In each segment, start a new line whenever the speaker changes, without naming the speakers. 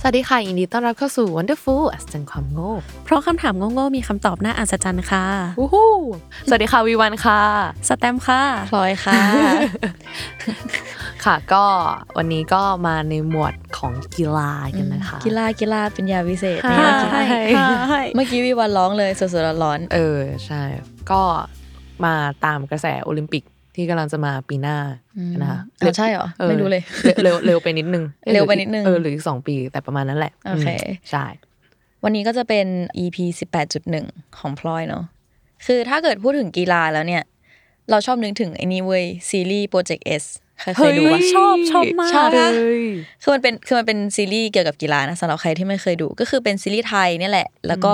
สวัสดีค่ะยินดีต้อนรับเข้าสู่ Wonderful อัศจรรย์ความโง่
เพราะคำถามโง่ๆมีคำตอบน่าอัศจรรย์ค่ะ
วู้ฮู้สวัสดีค่ะวีวันค่ะ
สแตมป์ค่ะ
พลอยค่ะ ค่ะก็วันนี้ก็มาในหมวดของกีฬากันนะคะ
กีฬากีฬาเป็นยาวิเศษ
ใช่
นี่เมื่อกี้
ใช่
เมื่อกี้วิวันร้องเลยสดๆร้อน
เออใช่ ก็มาตามกระแสโอลิมปิกที่กำลังจะมาปีหน้า
ๆ
นะคะ
อ๋อใช่เหรอ
ออ
ไม่รู้เลย
เร็วเร็วไปนิดนึง
เร็วไปนิดนึง
เออหรืออีกสองปีแต่ประมาณนั้นแหละ
โอเค
มใช่
วันนี้ก็จะเป็น EP 18.1 ของพลอยเนาะคือถ้าเกิดพูดถึงกีฬาแล้วเนี่ย เราชอบนึกถึงไอ้นี่เว้ยซีรีส์ Project S เคยเคยดูปะ
ชอบชอบมาก
ชอบนะ
เฮ้ย
คือมันเป็นคือมันเป็นซีรีส์เกี่ยวกับกีฬานะสำหรับใครที่ไม่เคยดูก็คือเป็นซีรีส์ไทยเนี่ยแหละ แล้วก็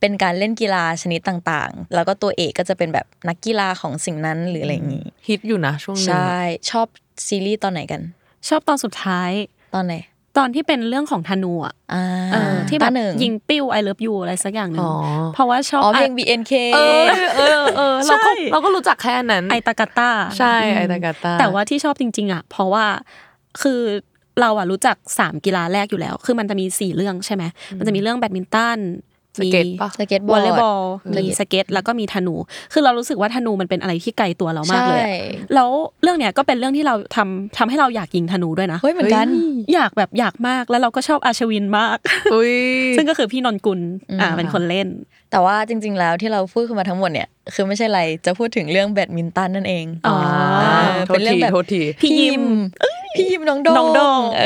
เป็นการเล่นกีฬาชนิดต่างๆ แล้วก็ตัวเอกก็จะเป็นแบบนักกีฬาของสิ่งนั้นหรืออะไรอย่างนี้
ฮิตอยู่นะช่วงนี้
ใช่ชอบซีรีส์ตอนไหนกัน
ชอบตอนสุดท้าย
ตอนไหน
ตอนที่เป็นเรื่องของธนูอ่ะ
อ่า
เออที่แบ
ป้า
บ
หนึ่ง
ยิงปิ้ว I love you อะไรสักอย่างหนึง
อ๋อ
เพราะว่าชอบ
อ๋อเพลง
ไ
B N K
เออเออเออเราก็
ใช่
เราก็รู้จักแค่นั้น
ไอตากาต้า
ใช่ไอตากาตา
แต่ว่าที่ชอบจริงๆอ่ะเพราะว่าคือเราอ่ะรู้จัก 3 กีฬาแรกอยู่แล้ว คือมันจะมี 4 เรื่องใช่ไหมมันจะมีเรื่องแบดมินตัน
สเก็ตปะ
สเก็ตบ
ว
อ
อ
ร์ด
ลเลย์บอลมี
อืม
สเก็ต แล้วก็มีธนู คือเรารู้สึกว่าธนูมันเป็นอะไรที่ไกลตัวเรามากเลย
ใช่
อะแล้วเรื่องเนี้ยก็เป็นเรื่องที่เราทำทำให้เราอยากยิงธนูด้วยนะ
เฮ้ยเหมือนกัน
อยากแบบอยากมากแล้วเราก็ชอบอาชวินมาก
อุ้ย
ซึ่งก็คือพี่นนกุล
อืม
อ่าเป็นคนเล่น
แต่ว่าจริง ๆ แล้วที่เราพูดขึ้นมาทั้งหมดเนี่ย คือไม่ใช่อะไรจะพูดถึงเรื่องแบดมินตันนั่นเอง
อ๋อ
เออ
โทษ
เป็นเรื่อง
ที
แบบ
โทษที
พี่ยิมพี่ยิมน้อง
น้องโด่
โด
ง
งเอ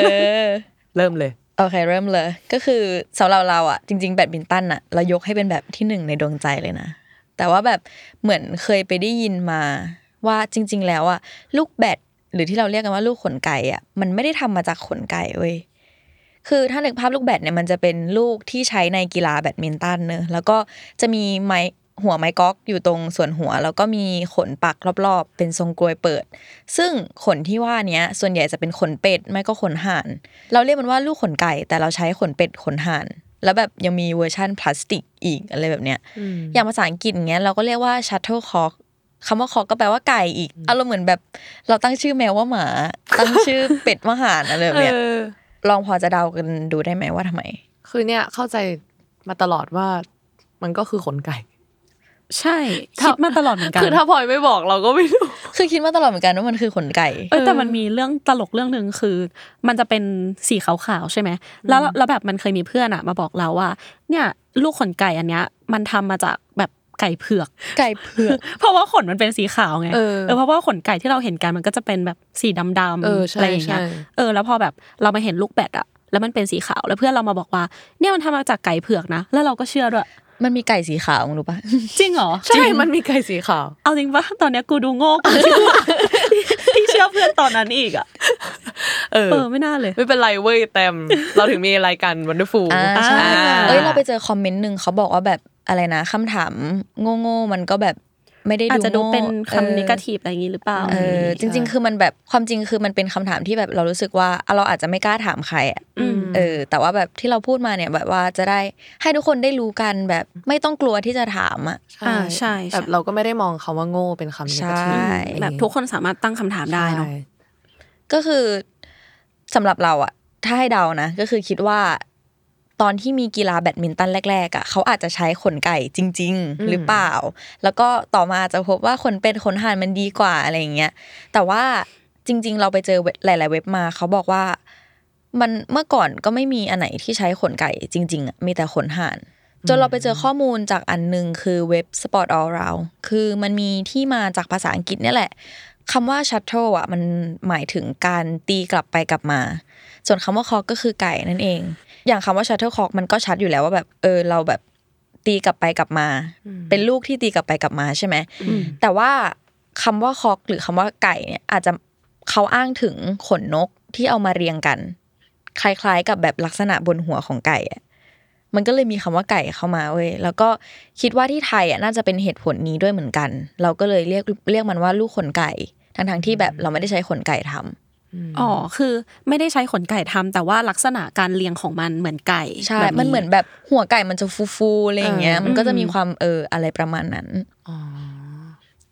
อ
เริ่มเลย
โอเคเริ่มเลย ก็คือสำหรับเราอ่ะจริง ๆ แบดมินตันอ่ะเรายกให้เป็นแบบที่หนึ่งในดวงใจเลยนะ แต่ว่าแบบเหมือนเคยไปได้ยินมาว่าจริง ๆ แล้วอ่ะลูกแบดหรือที่เราเรียกกันว่าลูกขนไก่อ่ะมันไม่ได้ทำมาจากขนไก่เว้ย คือถ้านึกภาพลูกแบดเนี่ยมันจะเป็นลูกที่ใช้ในกีฬาแบดมินตันเนอะแล้วก็จะมีไม้หัวไม้ก๊อกอยู่ตรงส่วนหัว แล้วก็มีขนปักรอบๆ เป็นทรงกลวยเปิด ซึ่งขนที่ว่าเนี้ยส่วนใหญ่จะเป็นขนเป็ดไม่ก็ขนห่าน เราเรียกมันว่าลูกขนไก่ แต่เราใช้ขนเป็ดขนห่าน แล้วแบบยังมีเวอร์ชั่นพลาสติกอีกอะไรแบบเนี้ย อย่างภาษาอังกฤษอย่างเงี้ยเราก็เรียกว่า shuttlecock คำว่าคอกก็แปลว่าไก่อีกอารมณ์เหมือนแบบ เราตั้งชื่อแมวว่าหมา ตั้งชื่อเป็ดว่าห่านอะไรแบบเนี้ย ลองพอจะเดากันดูได้ไหมว่าทำไม
คือเนี่ยเข้าใจมาตลอดว่ามันก็คือขนไก่
ใช่คิดมาตลอดเหมือนกัน
คือถ้าพลอยไม่บอกเราก็ไม่รู้
คือคิดมาตลอดเหมือนกันว่ามันคือขนไก่
เออแต่มันมีเรื่องตลกเรื่องหนึ่งคือ มันจะเป็นสีขาวๆใช่ไหมแล้วแล้วแบบมันเคยมีเพื่อนอะมาบอกเราว่า เนี่ยลูกขนไก่อันเนี้ย มันทำมาจากแบบไก่เผือก
ไก่เผือก
เพราะว่าขนมันเป็นสีขาวไง
เออ
เพราะว่าขนไก่ที่เราเห็นกันมันก็จะเป็นแบบสีดำๆ
เออใช่
อะไรอย่างเงี้
ใช่
ยเออแล้วพอแบบเรามาเห็นลูกแบดอะแล้วมันเป็นสีขาวแล้วเพื่อนเรามาบอกว่าเนี่ยมันทำมาจากไก่เผือกนะ แล้วเราก็เชื่อด้วย
มันมีไก่สีขาวมึงรู้ปะ
จริงเหรอ
ใช่ มันมีไก่สีขาว
เอาจริงปะตอนเนี้ยกูดูโง่กว่าที่ที่เชื่อ เพื่อนตอนนั้นอีกอะ
เออ
เออไม่น่าเลย
ไม่เป็นไรเว้ยแตมเราถึงมีรายการ Wonderful
อ่าใช่
อ่า
เอ้ยเราไปเจอคอมเมนต์หนึ่งเขาบอกว่าแบบอะไรนะคำถามโง่ๆมันก็แบบไม่ได้ดู
อาจจะดู
โง่
เป็น
ออ
คำนิกาทีฟอะไรอย่างนี้หรือเปล่า
เออจริง ๆ คือมันแบบความจริงคือมันเป็นคำถามที่แบบเรารู้สึกว่าอ่ะเราอาจจะไม่กล้าถามใครอ่ะ
อืม
เออ แต่ว่าแบบที่เราพูดมาเนี่ยแบบว่าจะได้ให้ทุกคนได้รู้กันแบบไม่ต้องกลัวที่จะถามอ่ะ
อ่าใช่ใช่
แบบเราก็ไม่ได้มองคาว่าโง่เป็นคำ negative อะ
ใช่
ไรอย่างเงี้ย
แบบทุกคนสามารถตั้งคำถามได้เนาะ
ใช่
ก็คือสำหรับเราอะถ้าให้เดานะ ก็คือคิดว่า ตอนที่มีกีฬาแบดมินตันแรกๆอะเขาอาจจะใช้ขนไก่จริง ๆ หรือเปล่า แล้วก็ต่อมาอาจจะพบว่าขนเป็ดขนห่านมันดีกว่าอะไรอย่างเงี้ยแต่ว่าจริง ๆ เราไปเจอเว็บหลาย ๆ เว็บมาเขาบอกว่า มันเมื่อก่อนก็ไม่มีอันไหนที่ใช้ขนไก่จริง ๆอะมีแต่ขนห่าน จนเราไปเจอข้อมูลจากอันหนึ่งคือเว็บ Sport All Round คือมันมีที่มาจากภาษาอังกฤษเนี่ยแหละคำว่า shuttle อ่ะมันหมายถึงการตีกลับไปกลับมา ส่วนคำว่า cock ก็คือไก่นั่นเอง อย่างคำว่า shuttle cock มันก็ชัดอยู่แล้วว่าแบบเออเราแบบตีกลับไปกลับมา เป็นลูกที่ตีกลับไปกลับมาใช่ไหม แต่ว่าคำว่าคอกหรือคำว่าไก่เนี่ยอาจจะเขาอ้างถึงขนนกที่เอามาเรียงกัน คล้ายๆกับแบบลักษณะบนหัวของไก่อะมันก็เลยมีคำว่าไก่เข้ามาเว้ยแล้วก็คิดว่าที่ไทยอ่ะน่าจะเป็นเหตุผลนี้ด้วยเหมือนกัน เราก็เลยเรียกเรียกมันว่าลูกขนไก่ทั้งๆที่แบบเราไม่ได้ใช้ขนไก่ทำ
อ๋อคือไม่ได้ใช้ขนไก่ทำแต่ว่าลักษณะการเลี้ยงของมันเหมือนไก่
ใช่
แบบ
มันเหมือนแบบหัวไก่มันจะฟูๆอะไรอย่างเงี้ย
เออ
มันก็จะมี
อืม
ความเอออะไรประมาณนั้น
อ๋อ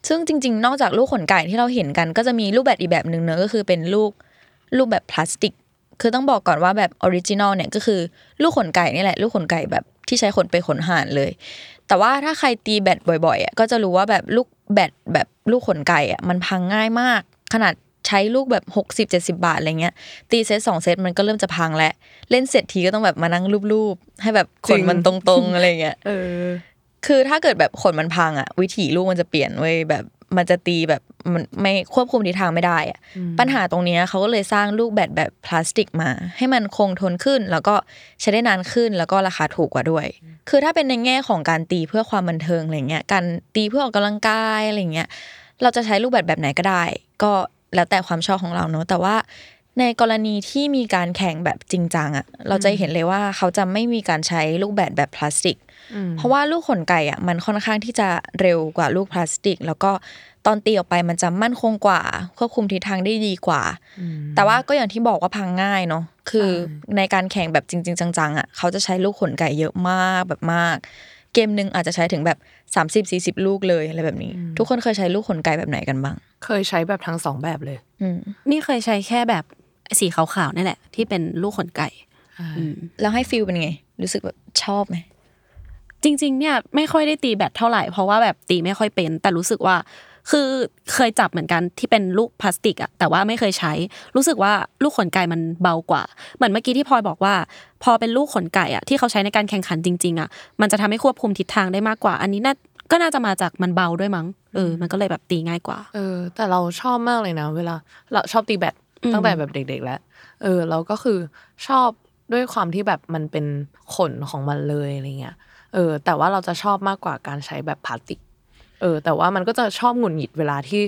ซึ่งจริง ๆ นอกจากลูกขนไก่ที่เราเห็นกัน ก็จะมีรูปแบบอีกแบบหนึ่งเนอะก็คือเป็นลูกรูปแบบพลาสติก คือต้องบอกก่อนว่าแบบออริจินอลเนี่ยก็คือลูกขนไก่นี่แหละ ลูกขนไก่แบบที่ใช้ขนไปขนห่านเลย แต่ว่าถ้าใครตีแบตบ่อยๆอ่ะก็จะรู้ว่าแบบลูกแบตแบบลูกขนไก่อ่ะมันพังง่ายมาก ขนาดใช้ลูกแบบ 60 70 บาทอะไรเงี้ย ตีเซตสองเซตมันก็เริ่มจะพังแล้วเล่นเสร็จทีก็ต้องแบบมานั่งรูปๆให้แบบขนมันตรงๆอะไรเงี้ย
เออ
คือถ้าเกิดแบบขนมันพังอะวิถีลูกมันจะเปลี่ยนเว้ยแบบมันจะตีแบบมันไม่ควบคุมทิศทางไม่ได้อะปัญหาตรงเนี้ยเขาก็เลยสร้างลูกแบตแบบพลาสติกมา ให้มันคงทนขึ้น แล้วก็ใช้ได้นานขึ้นแล้วก็ราคาถูกกว่าด้วย คือถ้าเป็นในแง่ของการตีเพื่อความบันเทิงอะไรเงี้ยการตีเพื่อออกกำลังกายอะไรเงี้ยเราจะใช้ลูกแบตแบบไหนก็ได้ ก็แล้วแต่ความชอบของเราเนอะแต่ว่า ในกรณีที่มีการแข่งแบบจริงจังอะเราจะเห็นเลยว่าเขาจะไม่มีการใช้ลูกแบตแบบพลาสติก เพราะว่าลูกขนไก่อ่ะมันค่อนข้างที่จะเร็วกว่าลูกพลาสติก แล้วก็ตอนตีออกไปมันจะมั่นคงกว่า ควบคุมทิศทางได้ดีกว่า แต่ว่าก็อย่างที่บอกว่าพังง่ายเนาะคือในการแข่งแบบจริง ๆ จังๆอ่ะเขาจะใช้ลูกขนไก่เยอะมากแบบมาก เกมหนึ่งอาจจะใช้ถึงแบบ 30 40 ลูกเลยอะไรแบบนี้
อืม
ทุกคนเคยใช้ลูกขนไก่แบบไหนกันบ้าง
เคยใช้แบบทั้งสองแบบเลย
อืม
นี่เคยใช้แค่แบบสีขาวๆนี่แหละ ที่เป็นลูกขนไก่อืม
แล้วให้ฟิลเป็นไง รู้สึกแบบชอบไหม
จริงๆ เนี่ยไม่ค่อยได้ตีแบตเท่าไหร่เพราะว่าแบบตีไม่ค่อยเป็น แต่รู้สึกว่า คือเคยจับเหมือนกันที่เป็นลูกพลาสติกอะแต่ว่าไม่เคยใช้ รู้สึกว่าลูกขนไก่มันเบากว่า เหมือนเมื่อกี้ที่พลอยบอกว่า พอเป็นลูกขนไก่อะที่เขาใช้ในการแข่งขันจริง ๆอะมันจะทำให้ควบคุมทิศทางได้มากกว่า อันนี้น่าก็น่าจะมาจากมันเบาด้วยมั้งเออมันก็เลยแบบตีง่ายกว่า
เออ แต่เราชอบมากเลยนะ เวลาเราชอบตีแบด
อืม
ตั้งแต่แบบเด็ก ๆ แล้ว เออ เราก็คือชอบด้วยความที่แบบมันเป็นขนของมันเลยอะไรเงี้ย เออ แต่ว่าเราจะชอบมากกว่าการใช้แบบพลาสติก เออ แต่ว่ามันก็จะชอบหงุดหงิดเวลาที่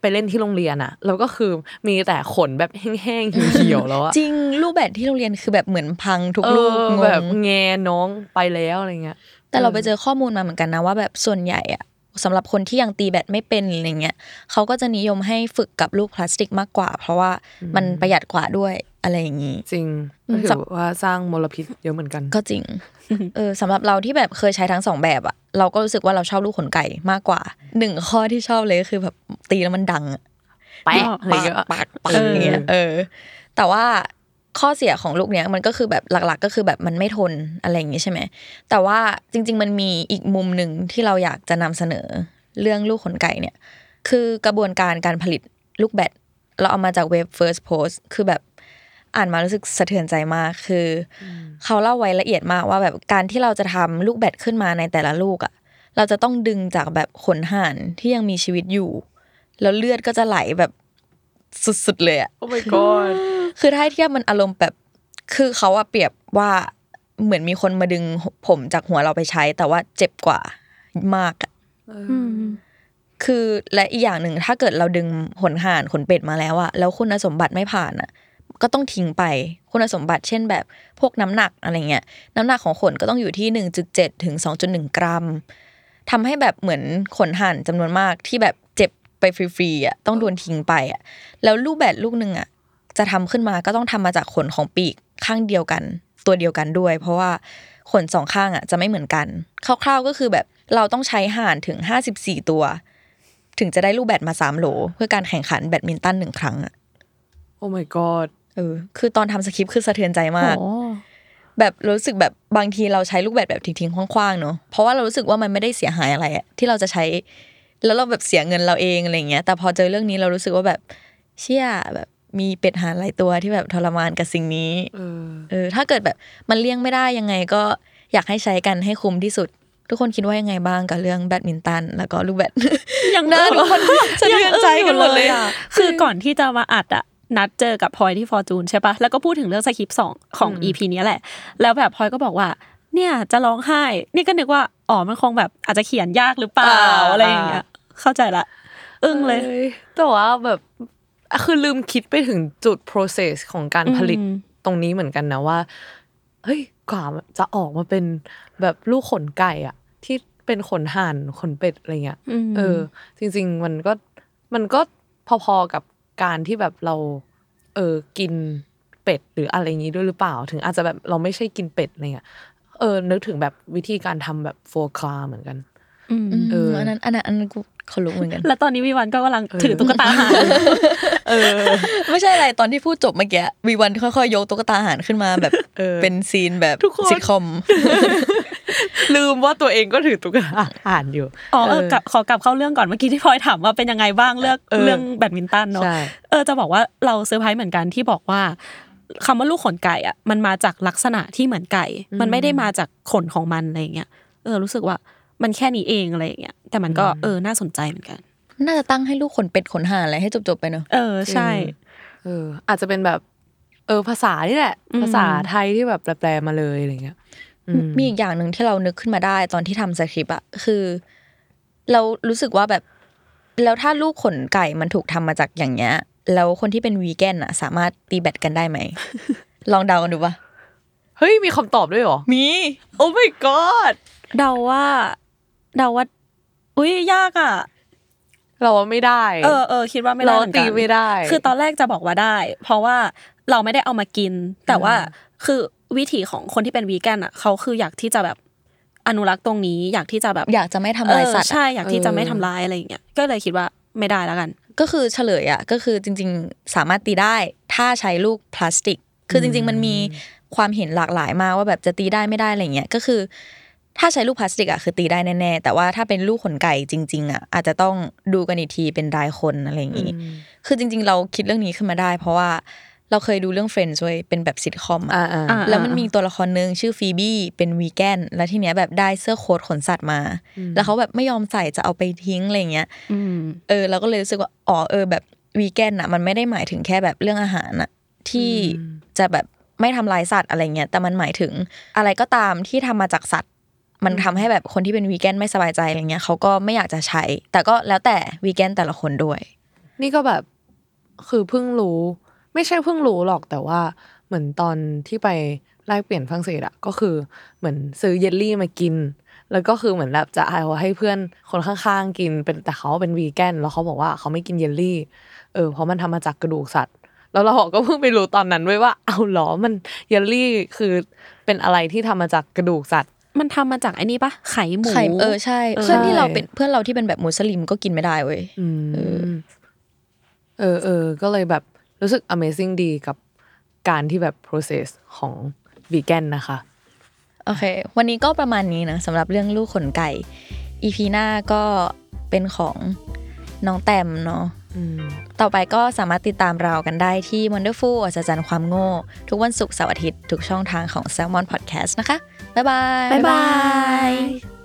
ไปเล่นที่โรงเรียนอะเราก็คือมีแต่ขนแบบแห้งๆเหี่ยวๆแล้วอะ
จริงลูกแบตที่โรงเรียนคือแบบเหมือนพังทุกลูก
เออง
ง
แบบแงน้องไปแล้วอะไรเงี้ย
แต่เราไปเจอข้อมูลมาเหมือนกันนะว่าแบบส่วนใหญ่อะสำหรับคนที่ยังตีแบตไม่เป็นอะไรเงี้ยเขาก็จะนิยมให้ฝึกกับลูกพลาสติกมากกว่า เพราะว่ามันประหยัดกว่าด้วยอะไรอย่างนี้
จริง
อื
ก็
ม
ถื
สับ
อว่าสร้างมลพิษเยอะเหมือนกัน
ก็จ ริงเออสำหรับเราที่แบบเคยใช้ทั้งสองแบบอะเราก็รู้สึกว่าเราชอบลูกขนไก่มากกว่าหนึ่งข้อที่ชอบเลยก็คือแบบตีแล้วมันดังอะ
แปะ
ปากปากปากอย่างเงี้ยเออ แต่ว่าข้อเสียของลูกเนี้ยมันก็คือแบบหลัก ๆ ก็คือแบบมันไม่ทนอะไรอย่างงี้ใช่ไหม แต่ว่าจริง ๆ มันมีอีกมุมหนึ่งที่เราอยากจะนำเสนอเรื่องลูกขนไก่เนี่ย คือกระบวนการการผลิตลูกแบตเราเอามาจากเว็บ First Post คือแบบอ่านมารู้สึกสะเทือนใจมากคืออเขาเล่าไว้ละเอียดมากว่าแบบการที่เราจะทำลูกแบตขึ้นมาในแต่ละลูกอะ่ะ เราจะต้องดึงจากแบบขนห่านที่ยังมีชีวิตอยู่ แล้วเลือดก็จะไหลแบบสุดๆเลยอ่ะ
โอ้ my god
คือถ้าให้เทียบมันอารมณ์แบบ คือเขาอะเปรียบว่าเหมือนมีคนมาดึงผมจากหัวเราไปใช้ แต่ว่าเจ็บกว่ามากอะคือและอีกอย่างหนึ่งถ้าเกิดเราดึงขนห่านขนเป็ดมาแล้วอะแล้วคุณสมบัติไม่ผ่านอะก็ต้องทิ้งไปคุณสมบัติเช่นแบบพวกน้ำหนักอะไรเงี้ยน้ำหนักของขนก็ต้องอยู่ที่ 1.7 ถึง 2.1 กรัมทำให้แบบเหมือนขนห่านจำนวนมากที่แบบเจ็บไปฟรีๆอะต้องโดนทิ้งไปอะแล้วลูกแบดลูกหนึ่งอะ จะทำขึ้นมาก็ต้องทำมาจากขนของปีกข้างเดียวกัน ตัวเดียวกันด้วย เพราะว่าขนสองข้างอ่ะจะไม่เหมือนกัน คร่าวๆก็คือแบบเราต้องใช้ห่านถึง 54 ตัว ถึงจะได้ลูกแบตมา 3 โหล เพื่อการแข่งขันแบดมินตันหนึ่งครั้งอ่ะ
โอ้ my god
เออคือตอนทำสคริปต์คือสะเทือนใจมาก
โอ้
แบบรู้สึกแบบบางทีเราใช้ลูกแบดแบบทิ้งๆคว้างๆเนาะเพราะว่าเรารู้สึกว่ามันไม่ได้เสียหายอะไรอะที่เราจะใช้ แล้วเราแบบเสียเงินเราเองอะไรเงี้ย แต่พอเจอเรื่องนี้เรารู้สึกว่าแบบเชี่ยแบบมีเป็ดหาหลายตัวที่แบบทรมานกับสิ่งนี้
เออ
เออถ้าเกิดแบบมันเลี่ยงไม่ได้ยังไงก็ อยากให้ใช้กันให้คุ้มที่สุด ทุกคนคิดว่ายังไงบ้างกับเรื่องแบดมินตันแล้วก็ลูกแบด
ยัง
นะทุกคนสะเทือนใจกันหมดเลยอะ
คือก่อนที่จะมาอัดอะนัดเจอกับพลอยที่ฟอร์จูนใช่ปะแล้วก็พูดถึงเรื่องสคริปต์สองของอีพีนี้ยแหละ แล้วแบบพลอยก็บอกว่า เนี่ยจะร้องไห้ นี่ก็นึกว่าอ๋อมันคงแบบอาจจะเขียนยากหรือเปล่า
อ่า
อะไรอย่างเงี้ยเข้าใจละ อึ้งเลย
แต่ว่าแบบคือลืมคิดไปถึงจุด process ของการผลิต
อืม
ตรงนี้เหมือนกันนะว่าเฮ้ยกว่าจะออกมาเป็นแบบลูกขนไก่อะที่เป็นขนห่านขนเป็ดอะไรเงี้ย
ม
เออจริง ๆ มันก็มันก็พอๆกับการที่แบบเรา เออกินเป็ดหรืออะไรอย่างนี้ด้วยหรือเปล่า ถึงอาจจะแบบเราไม่ใช่กินเป็ดอะไรเงี้ยเออ นึกถึงแบบวิธีการทำแบบโฟคลาเหมือนกัน เอออั
อันนั้นอันนั้นอันนั้นกูขนลุกเหมือนกัน
แล้วตอนนี้วิวันก็กำลัง
เออ
ถือตุ๊กตาหา
เออ
ไม่ใช่อะไรตอนที่พูดจบเมื่อกี้วีวันค่อยๆ ยกตุ๊กตาอาหารขึ้นมาแบบ
เออ
เป็นซีนแบบ
ทุกคน
ซิทคอม
ลืมว่าตัวเองก็ถือตุ๊กตาอ่านอยู่
อ๋อเออกลับขอกลับเข้าเรื่องก่อนเมื่อกี้ที่พลอยถามว่าเป็นยังไงบ้างเลือก
เออ
เรื่องแบดมินตันเนาะ
ใช่
เออจะบอกว่าเราเซอร์ไพรส์เหมือนกันที่บอกว่าคำว่าลูกขนไก่อ่ะมันมาจากลักษณะที่เหมือนไก่ มันไม่ได้มาจากขนของมันอะไรอย่างเงี้ยเออรู้สึกว่ามันแค่นี้เองอะไรอย่างเงี้ยแต่มันก็เออน่าสนใจเหมือนกัน
น่าจะตั้งให้ลูกขนเป็ดขนห่านอะไรให้จบๆไปเนอะ
เออใช่
เออ อาจจะเป็นแบบ เออภาษานี่แหละ
อืม
ภาษาไทยที่แบบแปลๆมาเลยอะไรเงี้ยอืม
มีอีกอย่างหนึ่งที่เรานึกขึ้นมาได้ตอนที่ทำสคริปต์อะคือ เรารู้สึกว่าแบบ แล้วถ้าลูกขนไก่มันถูกทำมาจากอย่างเงี้ย แล้วคนที่เป็นวีแกนอะสามารถตีแบตกันได้ไหม ลองเดากันดูปะ
เฮ้ย มีคำตอบด้วยเหรอ
มี
โอ้ my god
เดาว่าเดาว่าอุ้ยยากอ่ะ
เราว่าไม่ได้
เออเออคิดว่าไม่ได้
เรา
เหมือนกั
ตี
น
ไม่ได้
คือตอนแรกจะบอกว่าได้ เพราะว่าเราไม่ได้เอามากิน แต่ว่าคือวิถีของคนที่เป็นวีแกนอ่ะเขาคืออยากที่จะแบบอนุรักษ์ตรงนี้อยากที่จะแบบ
อยากจะไม่ทำลาย
เออ
สัตว์อะ
ใช่อยากที่จะไม่
เออ
ทำลายอะไรอย่างเงี้ยก็เลยคิดว่าไม่ได้แล้วกัน
ก็คือเฉลยอ่ะก็คือจริง ๆ สามารถตีได้ถ้าใช้ลูกพลาสติก คือจริง ๆ มันมีความเห็นหลากหลายมากว่าแบบจะตีได้ไม่ได้อะไรเงี้ยก็คือ ถ้าใช้ลูกพลาสติกอ่ะคือตีได้แน่ๆแต่ว่าถ้าเป็นลูกขนไก่จริง ๆอ่ะอาจจะต้องดูกันอีกทีเป็นรายคนอะไรอย่างงี้คือจริง ๆ เราคิดเรื่องนี้ขึ้นมาได้ เพราะว่าเราเคยดูเรื่อง Friends เว้ยเป็นแบบซิทคอมอ่ะ
อ่าอ่า
อ่า
แล้วมันมีตัวละครหนึ่งชื่อฟีบี้เป็นวีแกนแล้วทีเนี้ยแบบได้เสื้อโค้ทขนสัตว์มา แล้วเขาแบบไม่ยอมใส่จะเอาไปทิ้งอะไรเงี้ยเออเราก็เลยรู้สึกว่าอ๋อเออแบบวีแกนน่ะมันไม่ได้หมายถึงแค่แบบเรื่องอาหารน่ะที่จะแบบไม่ทำลายสัตว์อะไรเงี้ยแต่มันหมายถึงอะไรก็ตามที่ทำมาจากสัตว์ มันทำให้แบบคนที่เป็นวีแกนไม่สบายใจอะไรเงี้ยเขาก็ไม่อยากจะใช้ แต่ก็แล้วแต่วีแกนแต่ละคนด้วย
นี่ก็แบบคือเพิ่งรู้ ไม่ใช่เพิ่งรู้หรอกแต่ว่าเหมือนตอนที่ไปแลกเปลี่ยนฝรั่งเศสอะก็คือเหมือนซื้อเยลลี่มากิน แล้วก็คือเหมือนแบบจะเอาให้เพื่อนคนข้างๆกินเป็นแต่เขาเป็นวีแกนแล้วเขาบอกว่าเขาไม่กินเยลลี่ เออเพราะมันทำมาจากกระดูกสัตว์ แล้วเราก็เพิ่งไปรู้ตอนนั้นด้วยว่าเอาเหรอมันเยลลี่คือเป็นอะไรที่ทำมาจากกระดูกสัตว์
มันทำมาจากไอ้นี่ปะไข่หมู
ไข่เออใช่
เออ
เพื่อนที่เราเป็น
ใช่
เพื่อนเราที่เป็นแบบมุสลิมก็กินไม่ได้เว้ย
อืมเออเออ ก็เลยแบบรู้สึก amazing ดีกับการที่แบบ process ของวีแกนนะคะ
โอเค วันนี้ก็ประมาณนี้นะสำหรับเรื่องลูกขนไก่ EP หน้าก็เป็นของน้องแต้มเนาะ
อืม
ต่อไปก็สามารถติดตามเรากันได้ที่ Wonderful อัศจรรย์ความโง่ ทุกวันศุกร์เสาร์อาทิตย์ ทุกช่องทางของ Salmon Podcast นะคะ บ๊ายบาย
บ๊ายบาย